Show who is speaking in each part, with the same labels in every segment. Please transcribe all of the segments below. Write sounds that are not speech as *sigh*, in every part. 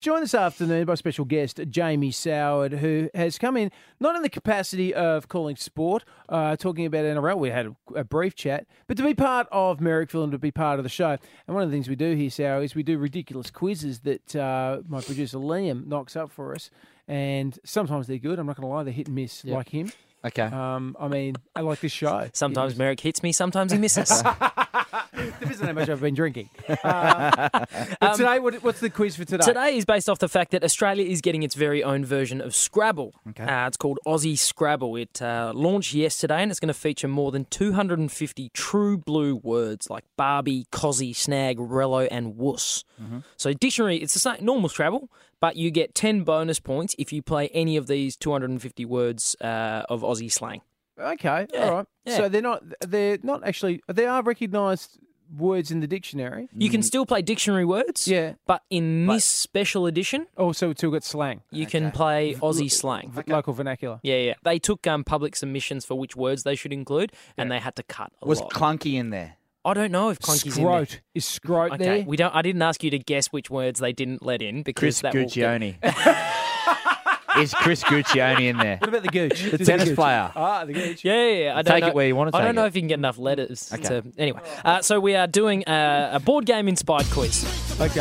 Speaker 1: Joined this afternoon by special guest Jamie Soward, who has come in not in the capacity of calling sport, uh, talking about NRL. We had a, a brief chat, but to be part of Merrickville and to be part of the show. And one of the things we do here, Soward, is we do ridiculous quizzes that uh, my producer Liam knocks up for us. And sometimes they're good. I'm not going to lie, they're hit and miss, like him.
Speaker 2: Okay.
Speaker 3: Uh,
Speaker 1: Um, I mean, I like this show.
Speaker 3: Sometimes Merrick hits me, sometimes he *laughs* misses.
Speaker 1: *laughs* This isn't how much I've been drinking. Uh, but today, what, what's the quiz for today?
Speaker 3: Today is based off the fact that Australia is getting its very own version of Scrabble. Okay. Uh, it's called Aussie Scrabble. It uh, launched yesterday and it's going to feature more than 250 true blue words like Barbie, Cozzy, Snag, Rello, and Wuss. So, dictionary, it's the same normal Scrabble, but you get 10 bonus points if you play any of these 250 words uh, of Aussie slang.
Speaker 1: Okay, all right. So they're not they're not actually they are recognised words in the dictionary.
Speaker 3: You can still play dictionary words,
Speaker 1: Yeah.
Speaker 3: Mm. but in this special edition,
Speaker 1: Also, it's all got slang,
Speaker 3: you can play Aussie slang.
Speaker 1: v- local vernacular.
Speaker 3: Yeah, yeah. They took um, public submissions for which words they should include, and they had to cut a
Speaker 2: Was
Speaker 3: lot.
Speaker 2: clunky in there?
Speaker 3: I don't know if clunky's in there.
Speaker 1: Scrote is scrote
Speaker 3: Okay,
Speaker 1: there.
Speaker 3: we don't. I didn't ask you to guess which words they didn't let in because that will get- *laughs*
Speaker 2: Is Chris Guccione in there?
Speaker 1: What about the *laughs* gooch? The
Speaker 2: tennis
Speaker 1: gooch.
Speaker 2: player.
Speaker 1: Ah, the gooch.
Speaker 3: Yeah, yeah, yeah. I don't
Speaker 2: Take it
Speaker 3: know.
Speaker 2: where you wanna
Speaker 3: I don't
Speaker 2: take
Speaker 3: know
Speaker 2: it.
Speaker 3: if you can get enough letters. To, anyway, uh, so we are doing uh, a board game inspired quiz.
Speaker 1: Okay,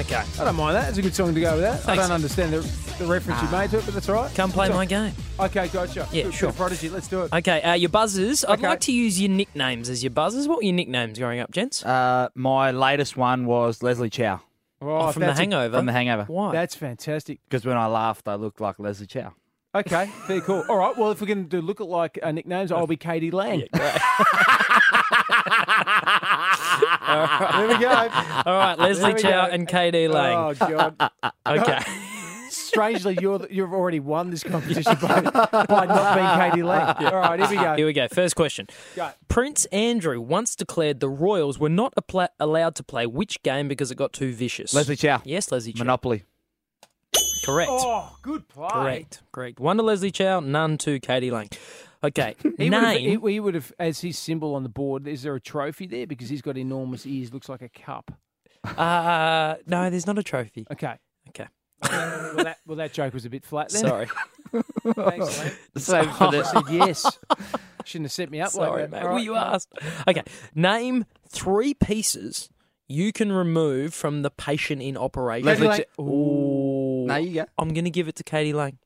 Speaker 3: Okay,
Speaker 1: I don't mind that. It's a good song to go with that. I
Speaker 3: Thanks.
Speaker 1: don't understand the, the reference you made to it, but that's all right.
Speaker 3: come play my game.
Speaker 1: Okay, gotcha.
Speaker 3: Yeah,
Speaker 1: Good,
Speaker 3: sure.
Speaker 1: good Prodigy, let's do it.
Speaker 3: Okay, uh, your buzzers. I'd
Speaker 1: Okay.
Speaker 3: like to use your nicknames as your buzzers. What were your nicknames growing up, gents?
Speaker 2: Uh, my latest one was Leslie Chow
Speaker 1: Oh,
Speaker 3: from the
Speaker 1: that's a-
Speaker 3: Hangover.
Speaker 2: from The Hangover.
Speaker 3: Why?
Speaker 1: That's fantastic.
Speaker 2: Because when I laughed, I looked like Leslie Chow.
Speaker 1: Okay, very cool. All right, well, if we're going to do look at like uh, nicknames, I'll be Katie Lang. there we go.
Speaker 3: *laughs* All right, Leslie
Speaker 1: we
Speaker 3: Chow
Speaker 1: go.
Speaker 3: and KD *laughs* Lang.
Speaker 1: Oh, God.
Speaker 3: Okay.
Speaker 1: strangely, you're the, you've already won this competition by, by not being
Speaker 3: *laughs*
Speaker 1: Katie Lang. All right, here we go.
Speaker 3: Here we go. First question.
Speaker 1: Go.
Speaker 3: Prince Andrew once declared the Royals were not apla- allowed to play which game because it got too vicious.
Speaker 2: Leslie Chow.
Speaker 3: Yes, Leslie Chow.
Speaker 2: Monopoly.
Speaker 3: Correct.
Speaker 1: Oh, good play.
Speaker 3: Correct. Correct. One to Leslie Chow, none to Katie Lang. Okay.
Speaker 1: *laughs* He would, have,
Speaker 3: Name.
Speaker 1: he- he would have, as his symbol on the board, is there a trophy there? Because he's got enormous ears, looks like a cup.
Speaker 3: Uh, no, there's not a trophy.
Speaker 1: Okay.
Speaker 3: Okay.
Speaker 1: well, that, well, that joke was a bit flat then. *laughs*
Speaker 3: *laughs* Sorry.
Speaker 1: Thanks, Lang.
Speaker 2: So *laughs* for
Speaker 1: I
Speaker 2: the,
Speaker 1: said
Speaker 3: *laughs*
Speaker 1: yes. Shouldn't have set me up
Speaker 3: Sorry,
Speaker 1: like that.
Speaker 3: mate.
Speaker 1: All
Speaker 3: Well,
Speaker 1: right.
Speaker 3: you asked. Okay. Name three pieces you can remove from the patient in operation.
Speaker 2: Leslie
Speaker 1: Lang.
Speaker 2: Chow.
Speaker 3: Ooh.
Speaker 2: No, you go.
Speaker 3: I'm going to give it to Katie Lang.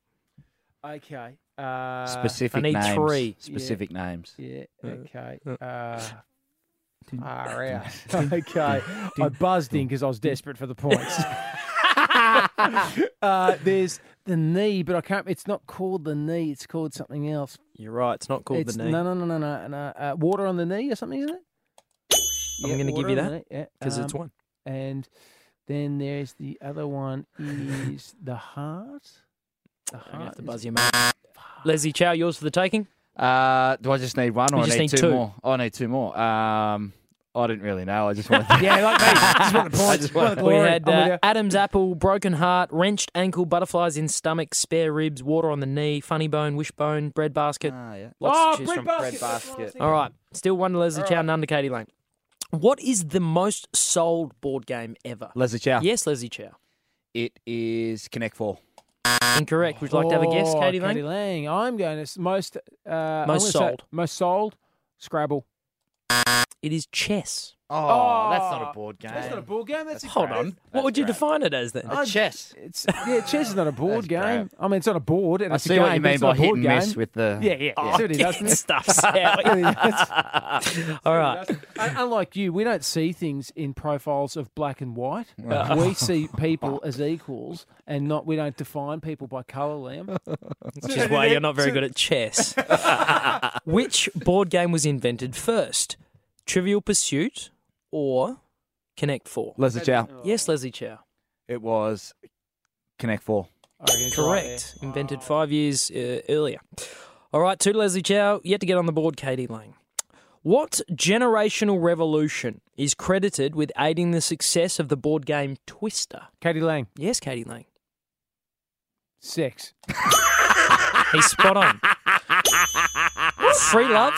Speaker 1: Okay. Uh,
Speaker 2: Specific
Speaker 3: I need
Speaker 2: names.
Speaker 3: three.
Speaker 2: Specific names.
Speaker 1: Yeah. Okay. Uh, far out. *laughs* Okay. I buzzed in because I was desperate for the
Speaker 3: *laughs*
Speaker 1: points. *laughs* uh, there's the knee, but I can't. It's not called the knee. It's called something else.
Speaker 3: You're right. It's not called
Speaker 1: it's,
Speaker 3: the name.
Speaker 1: No, no, no, no, no. no uh, water on the knee or something, isn't it?
Speaker 3: I'm gonna give
Speaker 1: water
Speaker 3: you
Speaker 1: on the
Speaker 3: that,
Speaker 1: knee, yeah,
Speaker 3: Because it's
Speaker 1: um,
Speaker 3: one.
Speaker 1: And then there's the other
Speaker 3: *laughs*
Speaker 1: one is the heart. The
Speaker 3: I'm gonna have
Speaker 1: heart.
Speaker 3: to
Speaker 1: is-
Speaker 3: buzz your mate. Leslie Chow, yours for the taking.
Speaker 2: Uh, do I just need one or
Speaker 3: You
Speaker 2: I
Speaker 3: just
Speaker 2: need,
Speaker 3: need
Speaker 2: two,
Speaker 3: two.
Speaker 2: more? Oh, I need two more. Um, I didn't really know. I
Speaker 3: *laughs*
Speaker 2: just wanted.
Speaker 1: Yeah, like me. Just want the
Speaker 2: *laughs* I
Speaker 1: points.
Speaker 2: just
Speaker 1: want
Speaker 2: wanted-
Speaker 1: the
Speaker 3: We
Speaker 1: glory.
Speaker 3: had
Speaker 1: I'm with
Speaker 3: uh,
Speaker 1: you.
Speaker 3: Adam's apple, broken heart, wrenched ankle, butterflies in stomach, spare ribs, water on the knee, funny bone, wishbone, bread basket.
Speaker 2: Ah, yeah.
Speaker 3: Lots
Speaker 1: oh,
Speaker 3: to choose
Speaker 1: bread
Speaker 3: from.
Speaker 1: basket. that's
Speaker 2: Bread
Speaker 1: what I was
Speaker 2: basket.
Speaker 1: thinking.
Speaker 3: All right, still one to Leslie Chow, none to Katie Lane. What is the most sold board game ever?
Speaker 2: Leslie Chow.
Speaker 3: Yes, Leslie Chow.
Speaker 2: It is Connect Four.
Speaker 3: Incorrect. Would you like to have a guess,
Speaker 1: Oh,
Speaker 3: Katie Lane?
Speaker 1: I'm going to s- most uh, I'm
Speaker 3: Most
Speaker 1: gonna say
Speaker 3: sold.
Speaker 1: most sold. Scrabble.
Speaker 3: It is chess.
Speaker 2: Oh, that's not a board game.
Speaker 1: That's not a board game. That's a
Speaker 3: Hold
Speaker 1: crap.
Speaker 3: on. what would you
Speaker 2: crap.
Speaker 3: define it as then?
Speaker 2: A chess.
Speaker 1: It's yeah, chess is not a board
Speaker 2: That's
Speaker 1: game. I mean, it's not a board. And
Speaker 2: I
Speaker 1: it's
Speaker 2: see
Speaker 1: a game,
Speaker 2: what you
Speaker 1: but
Speaker 2: mean
Speaker 1: it's not
Speaker 2: by
Speaker 1: a
Speaker 2: hit
Speaker 1: board
Speaker 2: and
Speaker 1: game.
Speaker 2: miss with the.
Speaker 1: Yeah, yeah. yeah. it, doesn't
Speaker 3: Getting
Speaker 1: it? *laughs*
Speaker 3: stuffs out. *laughs* All right.
Speaker 1: Un- Unlike you, we don't see things in profiles of black and white.
Speaker 3: Uh.
Speaker 1: we see
Speaker 3: *laughs*
Speaker 1: people as equals, and not we don't define people by colour, Liam.
Speaker 3: Which is why you're not very good at chess. *laughs* Which board game was invented first? Trivial Pursuit or Connect Four?
Speaker 2: Leslie Chow.
Speaker 3: Yes, Leslie Chow.
Speaker 2: It was Connect Four.
Speaker 1: I reckon it's right
Speaker 3: Correct. Invented five years uh, earlier. All right, two to Leslie Chow. Yet to get on the board, Katie Lang. What generational revolution is credited with aiding the success of the board game Twister?
Speaker 1: there. Katie Lang,
Speaker 3: Yes, Katie Lang.
Speaker 1: sex.
Speaker 3: He's spot on.
Speaker 1: *laughs*
Speaker 3: Free Love.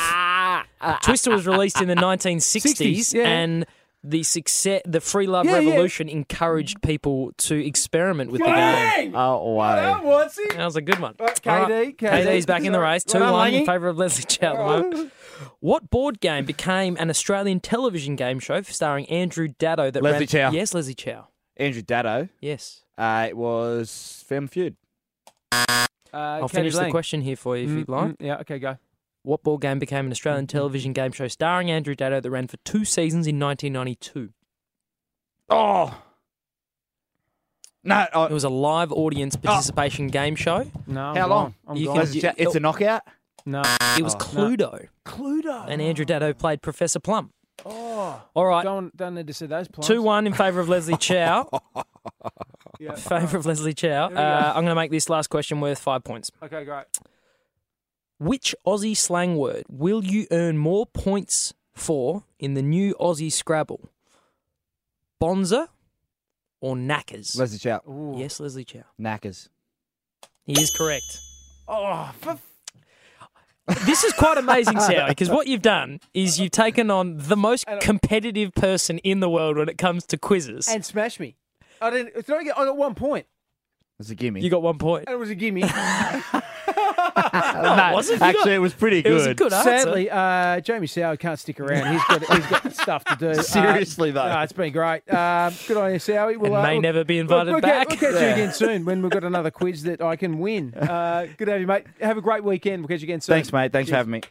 Speaker 3: Twister was released in the 1960s,
Speaker 1: 60s, yeah.
Speaker 3: and the success, the free love
Speaker 1: Yeah, yeah.
Speaker 3: revolution encouraged people to experiment with the game.
Speaker 1: Bang!
Speaker 2: Oh, wow.
Speaker 3: That was a good one.
Speaker 1: Right,
Speaker 3: All
Speaker 1: KD,
Speaker 3: KD's back in the
Speaker 1: Sorry.
Speaker 3: race.
Speaker 1: Well
Speaker 3: 2
Speaker 1: done,
Speaker 3: 1
Speaker 1: Langy.
Speaker 3: in favour of Leslie Chow at
Speaker 1: *laughs*
Speaker 3: the moment. What board game became an Australian television game show starring Andrew Dado that
Speaker 2: Leslie
Speaker 3: ran-
Speaker 2: Chow.
Speaker 3: Yes, Leslie Chow.
Speaker 2: Andrew Dado.
Speaker 3: Yes.
Speaker 2: Uh, it was Family Feud.
Speaker 1: Uh,
Speaker 3: I'll
Speaker 1: Katie
Speaker 3: finish the
Speaker 1: Lang.
Speaker 3: question here for you if
Speaker 1: Mm,
Speaker 3: you'd like.
Speaker 1: mm, yeah, okay, go.
Speaker 3: What board game became an Australian television game show starring Andrew Dado that ran for two seasons in 1992?
Speaker 2: Oh. No, oh,
Speaker 3: It was a live audience
Speaker 1: Oh.
Speaker 3: participation game show.
Speaker 1: No, I'm
Speaker 2: How
Speaker 1: gone.
Speaker 2: long?
Speaker 1: I'm
Speaker 3: You
Speaker 1: gone.
Speaker 3: can-
Speaker 2: Leslie Chow- it's a knockout.
Speaker 1: Oh, No.
Speaker 3: It was Cluedo,
Speaker 1: Cluedo.
Speaker 3: and Andrew Dado played Professor Plum.
Speaker 1: Oh,
Speaker 3: All right,
Speaker 1: don't, don't need to see those plums.
Speaker 3: 2 1 in favour of
Speaker 1: *laughs*
Speaker 3: Leslie Chow.
Speaker 1: Yeah.
Speaker 3: In favour of Leslie Chow.
Speaker 1: we go.
Speaker 3: Uh, I'm going to make this last question worth five points.
Speaker 1: Okay, great.
Speaker 3: Which Aussie slang word will you earn more points for in the new Aussie Scrabble? Bonza or knackers?
Speaker 2: Leslie Chow.
Speaker 1: Ooh.
Speaker 3: yes, Leslie Chow.
Speaker 2: Knackers.
Speaker 3: He is correct.
Speaker 1: Oh, for
Speaker 3: This is
Speaker 1: *laughs*
Speaker 3: quite amazing, Sally, because what you've done is you've taken on the most
Speaker 1: And-
Speaker 3: competitive person in the world when it comes to quizzes.
Speaker 1: and smash me. I didn't. It's not, I got one point,
Speaker 2: That's a gimme.
Speaker 3: You got one point.
Speaker 1: and it was a
Speaker 3: *laughs*
Speaker 1: gimme.
Speaker 2: no,
Speaker 3: was it? You
Speaker 2: Actually,
Speaker 3: got-
Speaker 2: it was pretty
Speaker 3: It
Speaker 2: good.
Speaker 3: was a good answer.
Speaker 1: Sadly, uh, Jamie Sauer can't stick around. He's got he's got *laughs* stuff to do.
Speaker 2: Seriously,
Speaker 1: Uh,
Speaker 2: though.
Speaker 1: no, it's been great. Um, good on you, Sowie. We'll,
Speaker 3: And
Speaker 1: uh,
Speaker 3: may
Speaker 1: we'll-
Speaker 3: never be
Speaker 1: we'll-
Speaker 3: invited
Speaker 1: we'll
Speaker 3: back.
Speaker 1: Get,
Speaker 3: *laughs*
Speaker 1: we'll catch you again soon when we've got another quiz that I can win. Uh, good to have you, mate. Have a great weekend. We'll catch you again soon.
Speaker 2: Thanks, mate. Thanks for
Speaker 1: Cheers.
Speaker 2: having me.